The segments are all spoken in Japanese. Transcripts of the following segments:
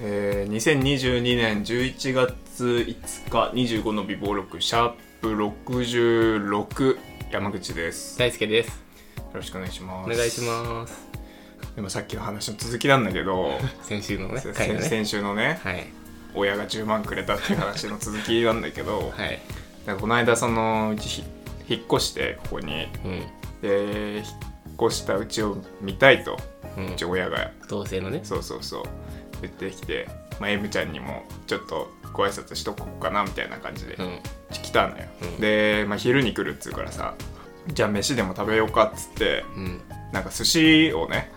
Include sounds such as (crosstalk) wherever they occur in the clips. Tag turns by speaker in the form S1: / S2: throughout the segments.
S1: えー、2022年11月5日25の美貌録シャープ66山口ですよ
S2: 大輔です
S1: ろしくお願いしま
S2: お
S1: す
S2: 願いします
S1: すでもさっきの話の続きなんだけど、
S2: (laughs) 先週のね
S1: せ
S2: 回のね
S1: 先週のね
S2: はい
S1: 親が10万くれたっていう話の続きなんだけど、
S2: はい
S1: なんかこの間そのうちひ引っ越してここに
S2: う
S1: で引っ越したうちを見たいと
S2: ん、う
S1: うんち、親が
S2: 同性のね
S1: そうそうそう言ってきて、まあ、M ちゃんにもちょっとご挨拶しとこうかなみたいな感じで
S2: うん
S1: 来たのよ、
S2: うん
S1: で、まあ、昼に来るっつうからさじゃあ飯でも食べようかっつって
S2: うん
S1: なんか寿司をね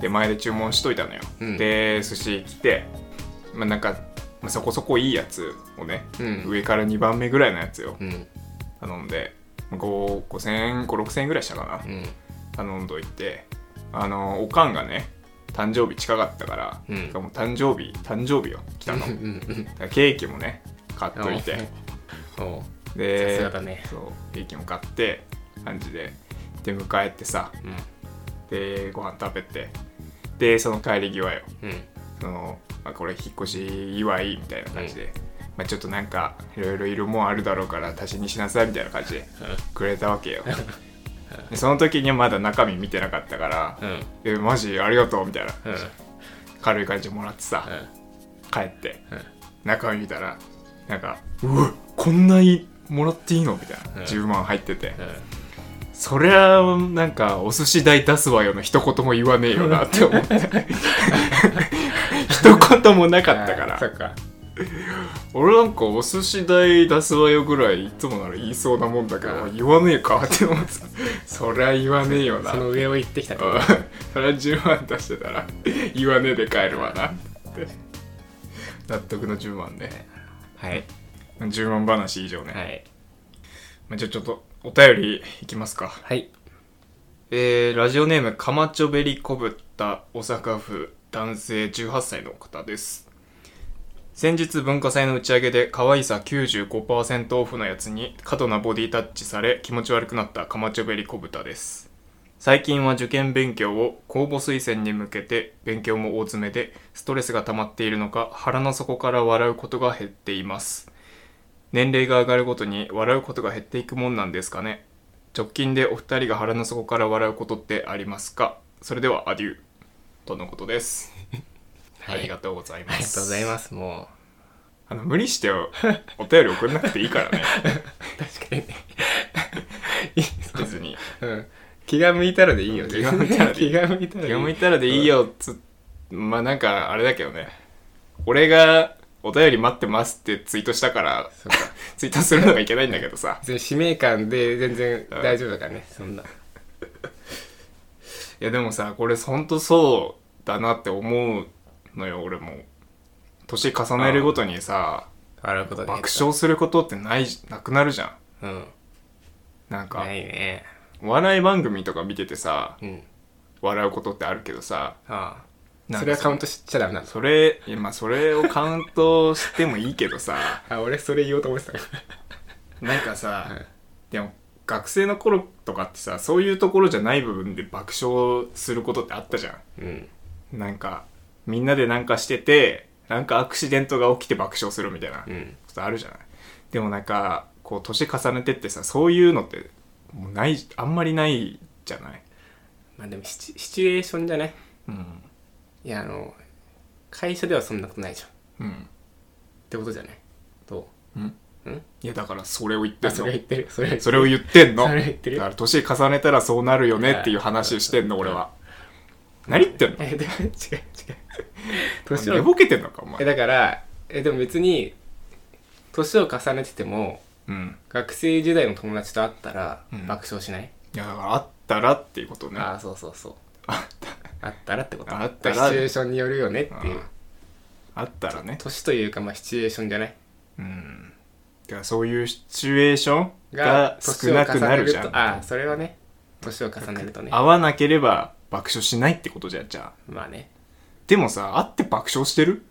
S1: 出前で注文しといたのよ、
S2: うん
S1: で寿司来てまあなんか、まあ、そこそこいいやつをね、
S2: うん
S1: 上から2番目ぐらいのやつを
S2: うん
S1: 頼んで5000円56000円ぐらいしたかな、
S2: うん
S1: 頼んどいてあのおかんがね誕生日近かったから、
S2: うん
S1: てかもう誕生日誕生日よ来たの
S2: う
S1: だか
S2: んうん
S1: らケーキもね買っといて
S2: おう
S1: で
S2: さすがだね
S1: そうケーキも買って感じでで迎えてさ
S2: うん
S1: でご飯食べてでその帰り際よ
S2: うん
S1: その、まあ、これ引っ越し祝いみたいな感じで、まあ、ちょっとなんかいろいろいるもんあるだろうから足しにしなさいみたいな感じでくれたわけよでその時にはまだ中身見てなかったから
S2: うん
S1: 「えマジありがとう」みたいな
S2: うん
S1: 軽い感じでもらってさ
S2: う
S1: 帰って
S2: ん
S1: 中身見たらなんか「うわこんなにもらっていいの?」みたいな
S2: うん
S1: 10万入ってて
S2: うん
S1: 「そりゃなんかお寿司代出すわよ」の一言も言わねえよなって思って一言もなかったか
S2: (laughs) あーそ
S1: ら
S2: っか
S1: 俺なんかお寿司代出すわよぐらいいつもなら言いそうなもんだけど
S2: うん
S1: 言わねえかって思ってたそりゃ言わねえよな
S2: その上を行ってきたってこ
S1: うんそれは10万出してたら言わねえで帰るわなって納得の10万ね
S2: とはい
S1: 10万話以上ね、
S2: はい
S1: まあじゃあちょっとお便りいきますか
S2: はい
S1: えー、ラジオネームカマチョベリコブった大阪府男性18歳の方です先日文化祭の打ち上げで可愛さ95%オフのやつに過度なボディタッチされ気持ち悪くなったカマチョベリコブタです最近は受験勉強を公募推薦に向けて勉強も大詰めでストレスが溜まっているのか腹の底から笑うことが減っています年齢が上がるごとに笑うことが減っていくもんなんですかね直近でお二人が腹の底から笑うことってありますかそれではアデューとのことです、
S2: はい
S1: ありがとうございます
S2: ありがとうございますも
S1: あの無理してお (laughs) お便り送んなくていい
S2: (laughs)
S1: からね
S2: う確かにねいいそう
S1: 別に
S2: (laughs) うん気が向いたらでいいよね
S1: 気が向いたらでいい
S2: (laughs) 気が向いたら
S1: 気が向い
S2: た
S1: たらでいいよつまあなんかあれだけどね俺がお便り待ってますってツイートしたから
S2: そうか
S1: ツイートするのはいけないんだけどさ
S2: 全然使命感で全然
S1: うん
S2: 大丈夫だからねそんない
S1: やでもさこれほんとそうだなって思うのよ俺も年重ねるごとにさ
S2: 笑うことで
S1: 爆笑することってないなくなるじゃん
S2: うん
S1: なんか
S2: ないね
S1: お笑い番組とか見ててさ
S2: うん
S1: 笑うことってあるけどさ
S2: ああ
S1: なんか
S2: それはカウントしちゃダメなの
S1: それいやまあそれをカウントしてもいいけどさ (laughs)
S2: あ俺それ言おうと思ってた
S1: なんかさ、
S2: はい
S1: でも学生の頃とかってさそういうところじゃない部分で爆笑することってあったじゃ
S2: うん
S1: んなんかみんなでなんかしててなんかアクシデントが起きて爆笑するみたいなこ
S2: うん
S1: とあるじゃない、でもなんかこう年重ねてってさそういうのってもうないあんまりないじゃない
S2: まあでもシチュシチュエーションじゃない
S1: うん
S2: いやあの会社ではそんなことないじゃんっ
S1: うん
S2: てことじゃないどうん
S1: いやだからそれを言って
S2: あ
S1: ん
S2: そ
S1: の
S2: れ言ってるそれ
S1: それを言ってんの
S2: それ言ってる
S1: だから年重ねたらそうなるよねっていう話してんの俺は何言ってんの
S2: (laughs) えで違う違う年
S1: 寝
S2: を
S1: ぼけてんのかお
S2: え
S1: 前
S2: だからえでも別に年を重ねてても
S1: うん
S2: 学生時代の友達と会ったら
S1: うん
S2: 爆笑しない、
S1: いやだからあったらっていうことね
S2: ああそうそうそうあったらってこと
S1: あったら
S2: シチュエーションによるよねっていう
S1: ああったらね
S2: 年というかまあシチュエーションじゃない
S1: うんだからそういうシチュエーション
S2: が
S1: が少なくなるじ
S2: 年を重
S1: ゃ
S2: ねるとああ
S1: ん
S2: それはね年を重ねるとね
S1: 合わなければ爆笑しないってことじゃんじゃあ
S2: まあね
S1: でもさ会って爆笑してる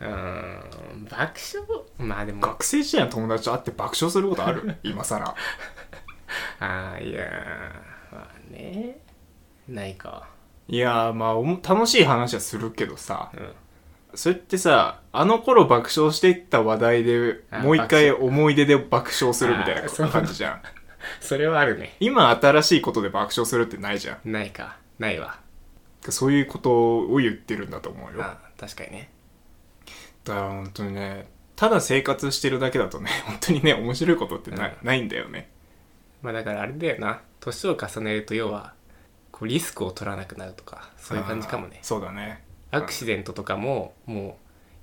S2: うーん爆笑まあでも
S1: 学生時代の友達と会って爆笑することあ
S2: (laughs)
S1: る今さら
S2: ああいやーまあねないか
S1: いやーまあおも楽しい話はするけどさ
S2: うん
S1: それってさあの頃爆笑していった話題で
S2: あ
S1: もう一回思い出で爆笑するみたい
S2: あ
S1: な
S2: そう
S1: 感じじゃん
S2: それはあるね
S1: 今新しいことで爆笑するってないじゃん
S2: ないかないわ
S1: そういうことを言ってるんだと思うよだか
S2: あ確かにね
S1: ら本当にねただ生活してるだけだとね本当にね面白いことってな,、いないんだよね
S2: まあだからあれだよな年を重ねると要はこうリスクを取らなくなるとかそういう感じかもね
S1: あーそうだね
S2: アクシデントとかもも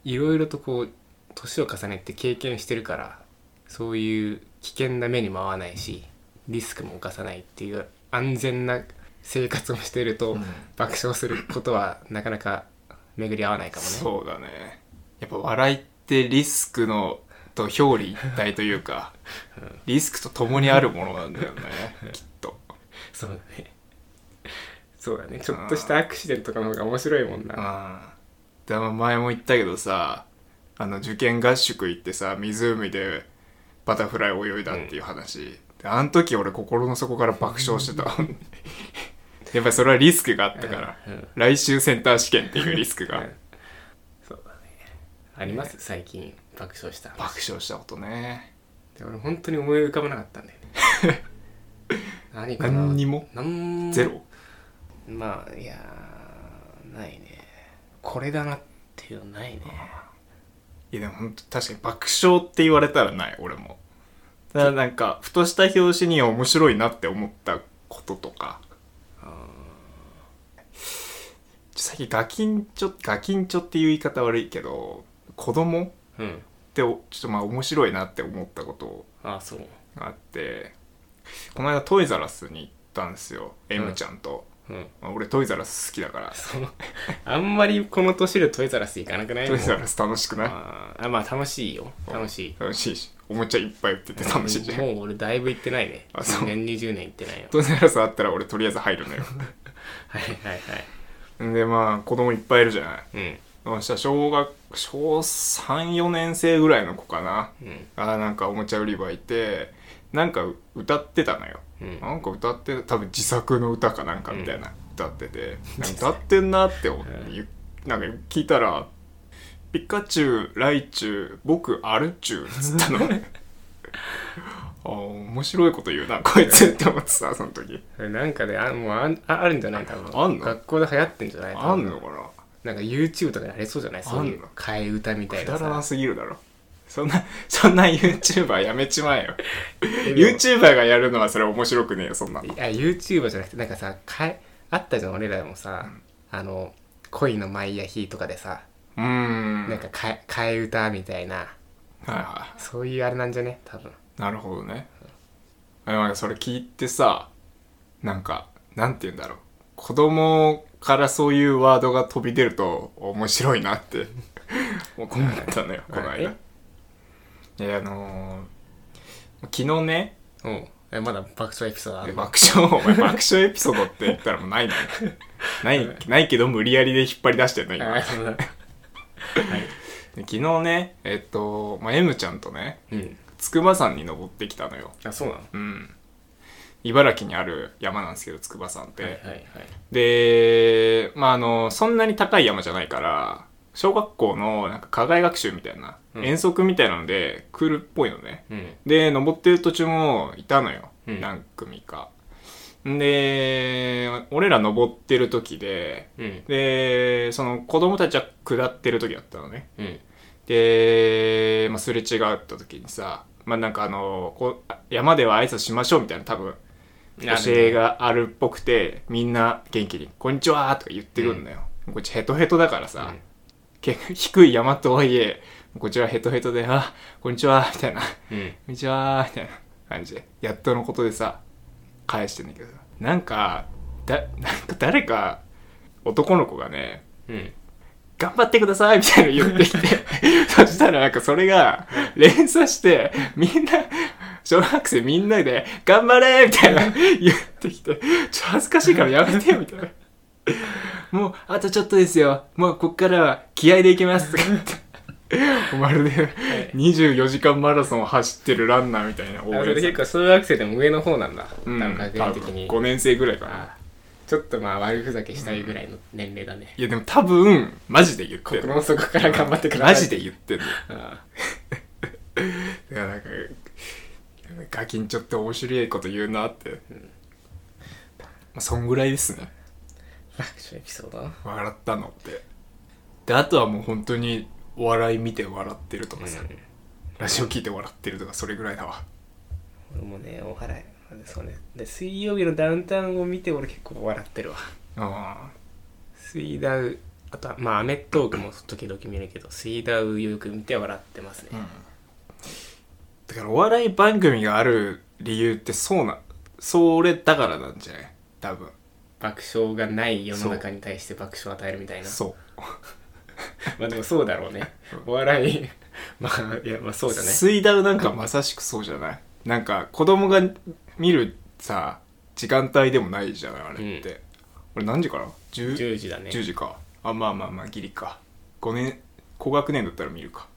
S2: ういろいろとこう年を重ねて経験してるからそういう危険な目にも合わないしリスクも犯さないっていう安全な生活をしてると
S1: うん
S2: 爆笑することはなかなか巡り合わないかもね。
S1: そうだねやっぱ笑いってリスクのと表裏一体というか、リスクと共にあるものなんだよねきっと
S2: そうだね。そうだね。ちょっとしたアクシデントとかの方が面白いもんな。
S1: でも前も言ったけどさあの受験合宿行ってさ湖でバタフライ泳いだっていう話、であの時俺心の底から爆笑してた (laughs) やっぱりそれはリスクがあったから、
S2: うん
S1: 来週センター試験っていうリスクが、
S2: うんそうだね。あります最近爆笑した話。
S1: 爆笑したことね
S2: で俺本当に思い浮かばなかったんだよね。
S1: (laughs)
S2: 何かな
S1: 何にも
S2: なん
S1: ゼロ
S2: まあいやーないねこれだなっていうのないね
S1: いやでも本当確かに爆笑って言われたらない俺もただなんかふとした表紙に面白いなって思ったこととかちょ最近ガキンチョガキンチョっていう言い方悪いけど子供
S2: うん
S1: っておちょっとまあ面白いなって思ったこと
S2: ああそう
S1: があってこの間トイザラスに行ったんですよ M ちゃんと、
S2: うん
S1: まあ俺トイザラス好きだから
S2: そのあんまりこの年でトイザラス行かなくない
S1: トイザ
S2: もう
S1: ラス楽しくない
S2: あーあまあ楽しいよ楽しい
S1: 楽しいしおもちゃいっぱい売ってて楽しいじゃん
S2: もう俺だいぶ行ってないね
S1: あそう
S2: 10年20年行ってないよ
S1: トイザラスあったら俺とりあえず入るの
S2: (laughs)
S1: よ
S2: はいはいはい
S1: でまあ子供いっぱいいるじゃない
S2: う
S1: そ
S2: ん
S1: したら小学小34年生ぐらいの子かな
S2: うん
S1: あーなんかおもちゃ売り場いてなんか歌ってたのよ、
S2: うん
S1: なんか歌って多分自作の歌かなんかみたいな、歌って
S2: (laughs)
S1: てなん
S2: 自
S1: か歌ってんなって思って、ゆなんか聞いたら「ピカチュウライチュウ僕アルチュウ」っつっ
S2: (laughs)
S1: たのあー面白いこと言うなこいつって思ってさその時
S2: それなんかであもうあんああるんじゃない多分
S1: あんの
S2: 学校で流行ってんじゃない多分
S1: あんのかな
S2: なんか YouTube とかでありそうじゃないそうい
S1: あん
S2: う
S1: の
S2: 替え歌みたい
S1: く
S2: な
S1: だらな
S2: さ
S1: すぎるだろそんな (laughs) そんな YouTuber やめちまえよ
S2: えでも
S1: YouTuber がやるのはそれ面白くねえよそんなの
S2: あ YouTuber じゃなくてなんかさかえあったじゃん俺らもさ、あの「恋のマイヤヒ」とかでさ、
S1: うーん
S2: なんかかえ替え歌みたいな
S1: はいはい
S2: そういうあれなんじゃね多分
S1: なるほどね。でもなんかそれ聞いてさ、なんか、なんて言うんだろう。子供からそういうワードが飛び出ると面白いなって思ったのよ、この間。いや、あのー昨日ね、
S2: うんえまだ爆笑エピソードある
S1: 爆笑、お前爆笑エピソードって言ったらもうない
S2: (laughs)
S1: のよ。ない、ないけど無理やりで引っ張り出してるの、今。
S2: あそうだ
S1: で昨日ね、えっと、まあ、M ちゃんとね、
S2: (laughs) うん
S1: 筑波山に登ってきたのよ。
S2: あそうなの
S1: うん、茨城にある山なんですけど筑波山って、
S2: はいはいはい
S1: でまああのそんなに高い山じゃないから小学校のなんか課外学習みたいな、
S2: うん
S1: 遠足みたいなので来るっぽいのね
S2: うん
S1: で登ってる途中もいたのよ、
S2: うん
S1: 何組かんで俺ら登ってる時で
S2: うん
S1: でその子供たちは下ってる時だったのね
S2: うん
S1: で、まあ、すれ違った時にさ、まあ、なんかあのこう山では挨拶しましょうみたいな多分教えがあるっぽくてみんな元気に「こんにちは」とか言ってくんのよ、こっちヘトヘトだからさ、
S2: うん
S1: け (laughs) 低い山とはいえこちらヘトヘトで「あこんにちは」みたいな「こ
S2: うん
S1: んにちは」みたいな感じでやっとのことでさ返してんだけどさなんかだなんか誰か男の子がね
S2: うん
S1: 頑張ってくださいみたいなの言ってきて、
S2: (laughs)
S1: そしたらなんかそれが連鎖して、みんな、小学生みんなで、頑張れみたいな言ってきて、ちょっと恥ずかしいからやめてよみたいな。もう、あとちょっとですよ。もうこっからは気合でいきますとか言って。まるで24時間マラソンを走ってるランナーみたいな応
S2: あそれ
S1: 援
S2: 結構小学生でも上の方なんだ、
S1: う
S2: 多分
S1: ん、
S2: 学
S1: 多
S2: 年的
S1: 分
S2: に
S1: 5年生ぐらいかな。
S2: あちょっとまあ悪ふざけしたいぐらいの年齢だね、
S1: いやでも多分マジで言ってる
S2: 心の底から頑張ってください
S1: マジで言ってる
S2: あ
S1: いやなんかガキンちょっと面白いこと言うなって、まあそんぐらいですね
S2: あエピソード
S1: 笑ったのってであとはもう本当にお笑い見て笑ってるとかさ、ラジオ聞いて笑ってるとかそれぐらいだわ
S2: 俺もねお払いそうねで水曜日のダウンタウンを見て俺結構笑ってるわ
S1: あ
S2: 水ダウあとはまあアメトークも時々見るけど水ダウよく見て笑ってますね、
S1: あうんだからお笑い番組がある理由ってそうなそれだからなんじゃない多分
S2: 爆笑がない世の中に対して爆笑を与えるみたいな
S1: そう
S2: まあでもそうだろうねお笑い (laughs) まあいやまあそうだね
S1: 水ダウなんかまさしくそうじゃないなんか子供が見るさ時間帯でもないじゃないあれって、俺何時から 10,
S2: 10時だね
S1: 10時かあまあまあまあギリか5年高学年だったら見るか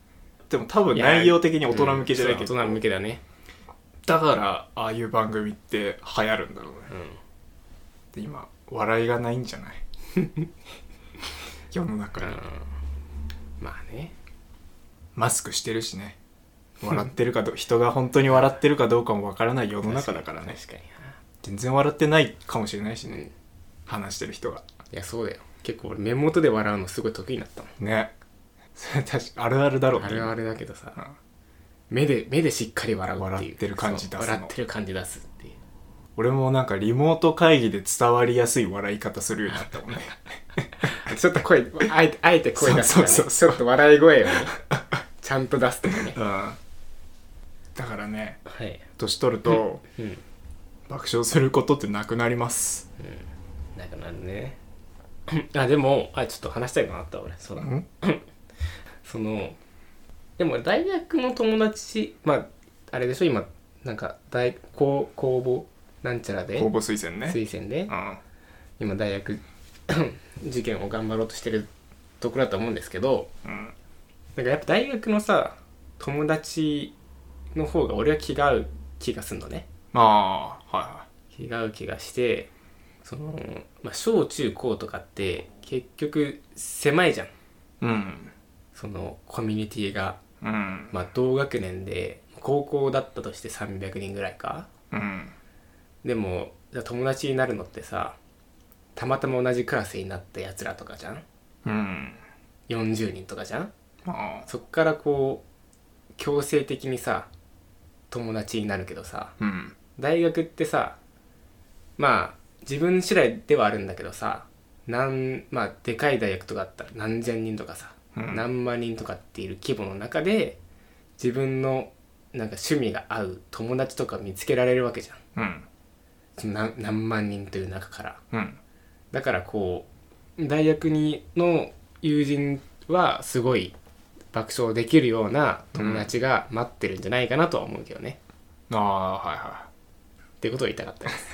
S1: でも多分
S2: いや
S1: 内容的に大人向けじゃない
S2: うん
S1: け
S2: そ
S1: ど、
S2: う大人向けだね
S1: だからああいう番組って流行るんだろうね、で今笑いがないんじゃ
S2: (laughs)
S1: ない世の中
S2: うん
S1: に
S2: まあね
S1: マスクしてるしね笑ってるかど (laughs) 人が本当に笑ってるかどうかもわからない世の中だからね
S2: 確かに
S1: 全然笑ってないかもしれないし
S2: な
S1: ね、
S2: うん
S1: 話してる人が
S2: いやそうだよ結構俺目元で笑うのすごい得意になったもん
S1: ね (laughs) それ確かあるあるだろうね
S2: あれはあれだけどさ、
S1: うん
S2: 目で目でしっかり笑うってい
S1: 笑
S2: う
S1: ってる感じ出すの
S2: そう笑ってる感じ出すっていう
S1: 俺もなんかリモート会議で伝わりやすい笑い方するようになったもん
S2: (laughs)
S1: ね
S2: あちょっと声あえてあえて声出すとか、ね、
S1: そうそう
S2: ちょっと笑い声 (laughs) をねちゃんと出すとかね
S1: うんだからね
S2: はい
S1: 年取ると
S2: うん
S1: 爆笑することってなくなります
S2: だからねあでもあちょっと話したいことあった俺そうだ
S1: ん
S2: (laughs) そのでも大学の友達まああれでしょ今なんか大公公募なんちゃらで
S1: 公募推薦ね
S2: 推薦で
S1: うん
S2: 今大学 (coughs) 受験を頑張ろうとしてるところだと思うんですけど
S1: うん
S2: なんかやっぱ大学のさ友達の方が俺は気が合う気がすんのね
S1: まあは
S2: 気が合う気がしてその、まあ、小中高とかって結局狭いじゃん
S1: いはいうん
S2: そのコミュニティが
S1: うん
S2: まあ同学年で高校だったとして300人ぐらいか
S1: うん
S2: でもじゃあ友達になるのってさたまたま同じクラスになったやつらとかじゃん
S1: うん
S2: 40人とかじゃん
S1: まあ
S2: そっからこう強制的にさ友達になるけどさ
S1: うん
S2: 大学ってさまあ自分次第ではあるんだけどさなんまあでかい大学とかだったら何千人とかさ、
S1: うん
S2: 何万人とかっていう規模の中で自分のなんか趣味が合う友達とか見つけられるわけじゃん
S1: うん
S2: その何何万人という中から
S1: うん
S2: だからこう大学にの友人はすごい爆笑できるような友達が待ってるんじゃないかなとは思うけどね、
S1: ああはいはい
S2: っていうことを言いたかったです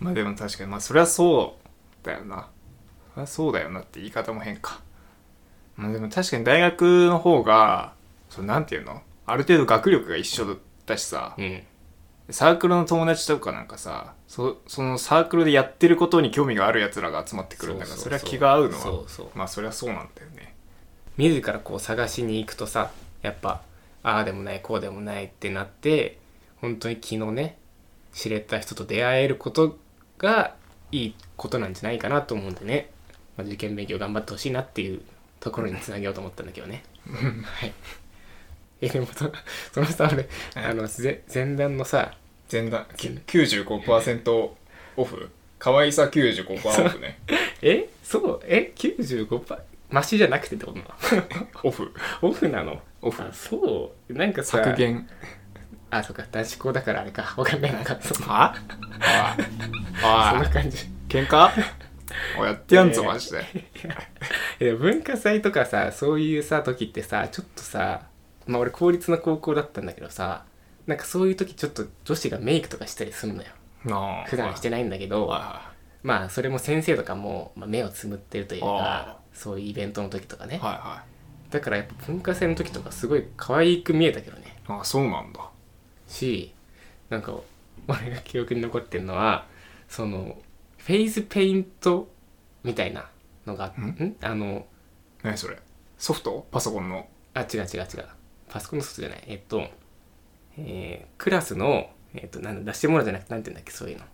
S1: まあでも確かにまあそりゃそうだよなそりゃそうだよなって言い方も変かまあでも確かに大学の方がそのなんていうのある程度学力が一緒だしさ
S2: うん
S1: サークルの友達とかなんかさそそのサークルでやってることに興味があるやつらが集まってくるんだから
S2: う
S1: そう
S2: う
S1: りゃ気が合うのは
S2: そうそう
S1: まあそりゃそうなんだよね
S2: 自らこう探しに行くとさやっぱああでもないこうでもないってなって本当に昨日ね知れた人と出会えることがいいことなんじゃないかなと思うんでね、まあ、受験勉強頑張ってほしいなっていうところにつなげようと思ったんだけどねはい (laughs) えでもそそのさ俺あのぜ前段のさ
S1: 前段95%オフ可愛さ95%オフ (laughs) ね
S2: えそうえ95%マシじゃなくてってことなの (laughs)
S1: オフ
S2: オフなの
S1: オフ
S2: あそうなんかさ
S1: 削減
S2: あ、そうか、男子校だからあれか、わかんないのか、そうそ
S1: (laughs) はあ
S2: んな感じ。 (laughs)
S1: 喧嘩おやってやんぞ、
S2: えー
S1: マジで。
S2: いや文化祭とかさ、そういうさ、時ってさ、ちょっとさ、まあ俺、公立の高校だったんだけどさ、なんかそういう時ちょっと女子がメイクとかしたりするのよ。
S1: なあ
S2: 普段してないんだけど、
S1: は
S2: まあそれも先生とかも、まあ、目をつむってるという
S1: あ
S2: か、そういうイベントの時とか
S1: い
S2: ね。
S1: はいは
S2: だからやっぱ文化祭の時とかすごい可愛く見えたけどね。
S1: い。あそうなんだ。
S2: しなんか俺が記憶に残ってるのはそのフェイズペイントみたいなのがあ
S1: ん
S2: んあの
S1: 何それソフトパソコンの
S2: あ違う違う違うパソコンのソフトじゃないえっと、えークラスの、えっと、なんだ出してもらうじゃなくてなんて言うんだっけそういうの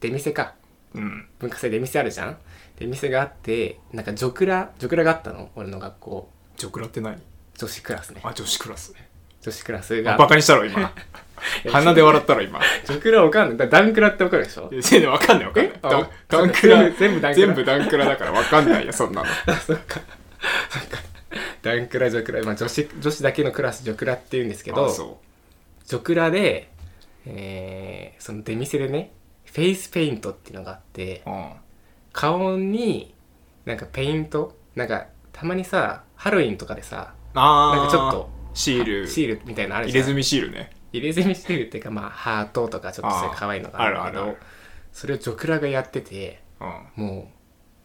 S2: 出店か
S1: うん
S2: 文化祭出店あるじゃん出店があってなんかジョクラジョクラがあったの俺の学校
S1: ジョクラって何
S2: 女子クラスね
S1: あ女子クラスね
S2: 女子クラス
S1: あ
S2: が
S1: バカにしたろ今鼻で笑ったろ今
S2: ジョクラわかんないだダンクラってわかるでしょ
S1: 全然わかんないわかんない
S2: え
S1: ダン
S2: あ
S1: ダンクラ
S2: 全部全部ダンクラ
S1: 全部ダンクラだからわかんないよそんなの
S2: あそっかそっかダンクラジョクラ、まあ、女子女子だけのクラスジョクラって言うんですけど
S1: あそ
S2: ジョクラで、えーその出店でねフェイスペイントっていうのがあって
S1: ううん
S2: 顔になんかペイントなんかたまにさハロウィンとかでさ
S1: あー
S2: なんかちょっと
S1: シール
S2: シールみたいなのある
S1: 入
S2: じゃ
S1: れ
S2: ん
S1: 墨シールね
S2: 入れ墨してるっていうかまあハートとかちょっとそういう可愛いのがあるんだけ
S1: あーあるあ
S2: ど
S1: る
S2: それをジョクラがやってて
S1: うん
S2: も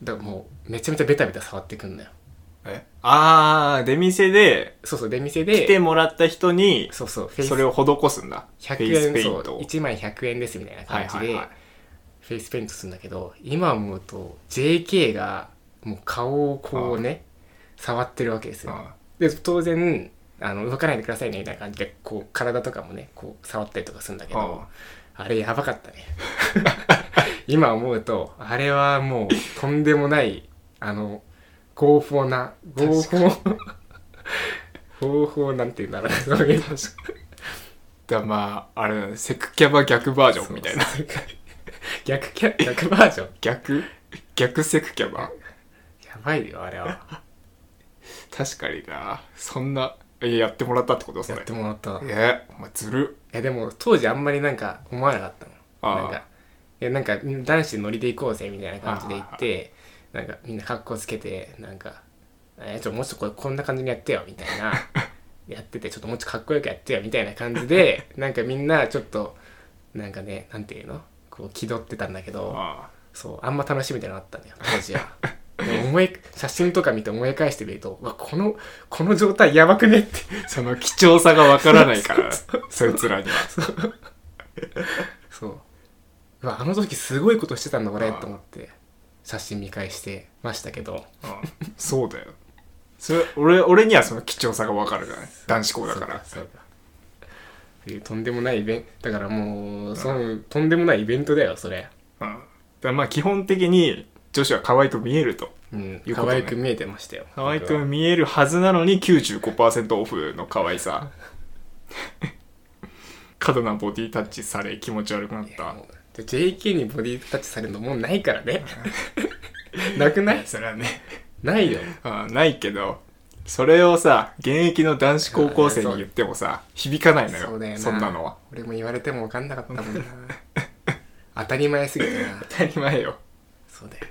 S2: うだからもうめちゃめちゃベタベタ触ってくんだよ
S1: えあー出店で
S2: そうそう出店
S1: 来て
S2: で
S1: もらった人に
S2: そうそうフェイス
S1: それを施すんだフェイス
S2: 100
S1: ペ
S2: 円
S1: イ
S2: そう
S1: ントを
S2: 1枚100円ですみたいな
S1: は
S2: 感
S1: い
S2: じ
S1: はい
S2: で
S1: はい
S2: フェイスペイントするんだけど今思うと JK がもう顔をこうね触ってるわけです
S1: う
S2: よ
S1: ん
S2: で当然あの動かないでくださいねみたいな感じでこう体とかもねこう触ったりとかするんだけどあれやばかったね (laughs) 今思うとあれはもうとんでもないあの合法な合法 (laughs) 合法なんて言うんだろうねそういうの
S1: だまああれだねセクキャバ逆バージョンみたいな
S2: そうそう (laughs) 逆キャ逆バージョン
S1: 逆逆セクキャバ
S2: やばいよあれは
S1: 確かになそんなえやってもらったってことそ
S2: や
S1: れ
S2: ってもらったい
S1: えお前ずる
S2: やでも当時あんまりなんか思わなかったの
S1: ああ
S2: なんかいやなんか男子でノリで行こうぜみたいな感じで行ってなんかみんな格好つけてなんか「えちょもうちょっとこれこんな感じにやってよ」みたい (laughs) なやっててちょっともうちょっとかっこよくやってよみたいな感じ (laughs) でなんかみんなちょっとなんかねなんていうのこう気取ってたんだけど
S1: あ
S2: そうあんま楽しみたいなのあったんだよ当時はでも思い写真とか見て思い返してみるとうわこのこの状態やばくねって
S1: あその貴重さがわからない
S2: (laughs)
S1: からそいつらには
S2: そううわあの時すごいことしてたんだ俺
S1: あー
S2: と思って写真見返してましたけど
S1: うんそうだよそれ俺俺にはその貴重さがわかるからね男子校だから
S2: そうそうっていうとんでもないイベントだからもうそのとんでもないイベントだよそれ
S1: うんだからまあ基本的に女子は可愛く見えると
S2: うん
S1: いうこと
S2: 可
S1: ね
S2: 愛く見えてましたよ
S1: 可愛く見えるはずなのに95%オフの可愛さ (laughs) 過度なボディタッチされ気持ち悪くなっ
S2: 僕は
S1: た
S2: もうで JK にボディタッチされるのもうないからね (laughs) なくない
S1: それはね
S2: ないよ
S1: あないけどそれをさ現役の男子高校生に言ってもさ響かないのよ
S2: そ
S1: そう
S2: だよなん
S1: なのは
S2: 俺も言われても分かんなかった
S1: (laughs)
S2: もんな当たり前すぎてな
S1: 当たり前よ
S2: そうだよ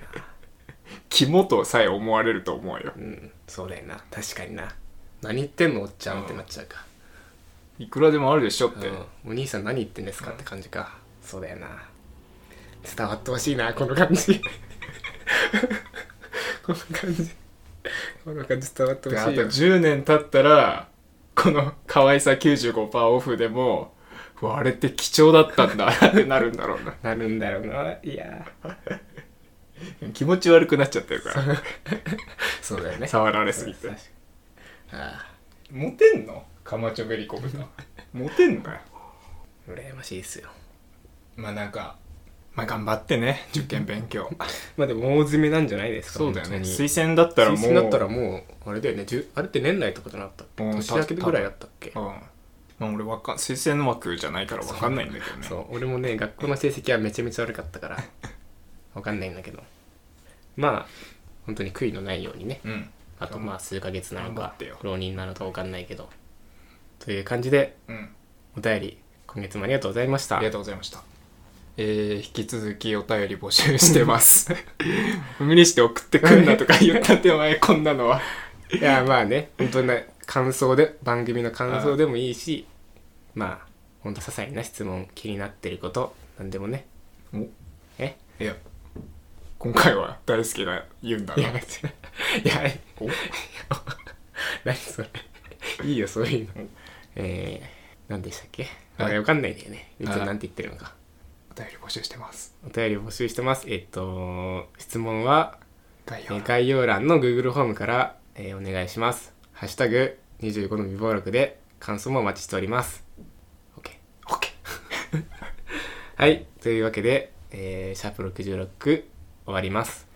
S1: 肝とさえ思われると思うよ
S2: なうんそうだよな確かにな何言ってんのおっちゃんってなっちゃうか、
S1: いくらでもあるでしょって、
S2: うん、お兄さん何言ってんですかって感じか、そうだよな伝わってほしいなこの感じ (laughs) この感じこの感じ伝わって
S1: であ
S2: ほ
S1: と
S2: しいよ
S1: 10年経ったらこの可愛さ95%オフでもうわあれって貴重だったんだってなるんだろうな
S2: なるんだろうないやー
S1: 気持ち悪くなっちゃってるから
S2: そうだよね
S1: 触られすぎて
S2: 確かにあ
S1: モテんのカマチョベリコブタ (laughs) モテんのよ
S2: あ羨ましいっすよ
S1: まあなんかまあ頑張ってね受験勉強
S2: まあでも大詰めなんじゃないですか
S1: (laughs) そうだよね
S2: 本当に
S1: 推薦だったらもう
S2: 推薦だったらもうあれだよねじゅあれって年内とかじゃなかったっけ
S1: うん
S2: 年明けぐらいだったっけ
S1: うんまあ俺わかん推薦枠じゃないからわかんないんだけどね
S2: そう俺もね学校の成績はめちゃめちゃ悪かったから (laughs) わかんないんだけどまあ本当に悔いのないようにね
S1: うん
S2: あとまあ数ヶ月なの
S1: 頑張
S2: か
S1: ってよ
S2: 浪人なのかわかんないけどという感じで
S1: うん
S2: お便り今月もありがとうございました
S1: ありがとうございました。えー、引き続きお便り募集してます。 (laughs) 無理して送ってくんなとか言った手前、こんなのは。
S2: いやまあね本当にね感想で番組の感想でもいいしまあ本当些細な質問気になってることなんでもね
S1: お
S2: え
S1: (laughs) いや、今回は大好きが言うんだ
S2: いや
S1: な。
S2: 別に (laughs) いや
S1: お
S2: (laughs) 何それいいよそういうのえー、何でしたっけあ
S1: はい
S2: れわかんないんだよねいつ
S1: あ
S2: なんて言ってるのか
S1: お便り募集してます
S2: お便り募集してますえっと質問は
S1: 概
S2: え
S1: 要
S2: ー
S1: 欄
S2: 概要欄の Google フォームから、えーお願いしますハッシュタグ25の未暴力で感想もお待ちしております OK
S1: OK
S2: はいというわけで、えーシャープ66終わります